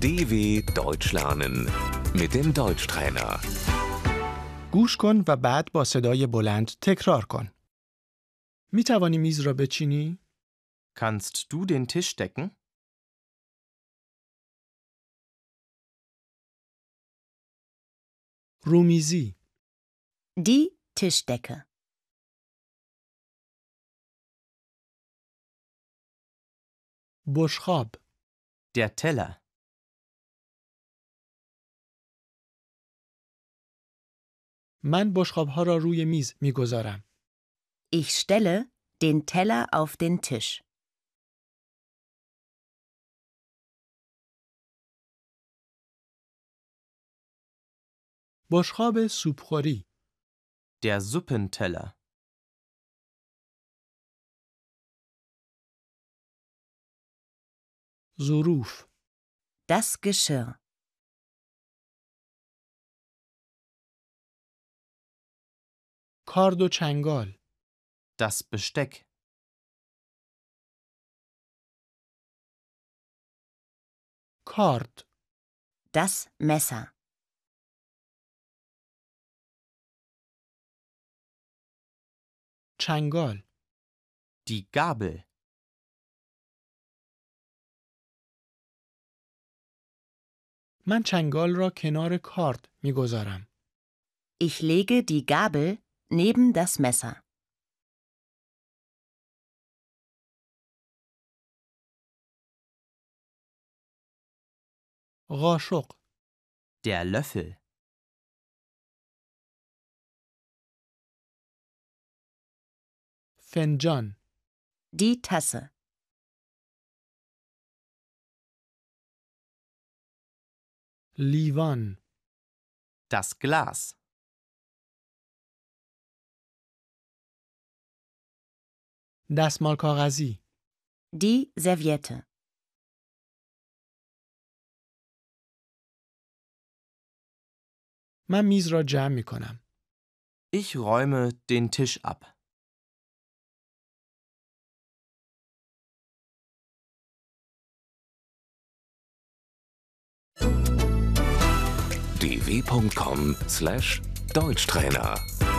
DW Deutsch lernen mit dem Deutschtrainer. گوش کن و بعد با صدای بلند تکرار کن. می توانی میز را بچینی؟ Kannst du den Tisch decken? رومیزی، Die Tischdecke. بشخاب، Der Teller. من بشخاب ها را روی میز می گذارم. Ich stelle den Teller auf den Tisch. بشخاب سوپخوری، Der Suppenteller. ظروف، Das Geschirr. کارد و چنگال، Das Besteck. کارد، Das Messer. چنگال، Die Gabel. من چنگال را کنار کارد می گذارم. Ich lege die Gabel neben das Messer. قاشق، Der Löffel. فنجان، Die Tasse. لیوان، Das Glas. دستمال کاغذی، Die Serviette. من میز را جمع می کنم. Ich räume den Tisch ab. dw.com/deutschtrainer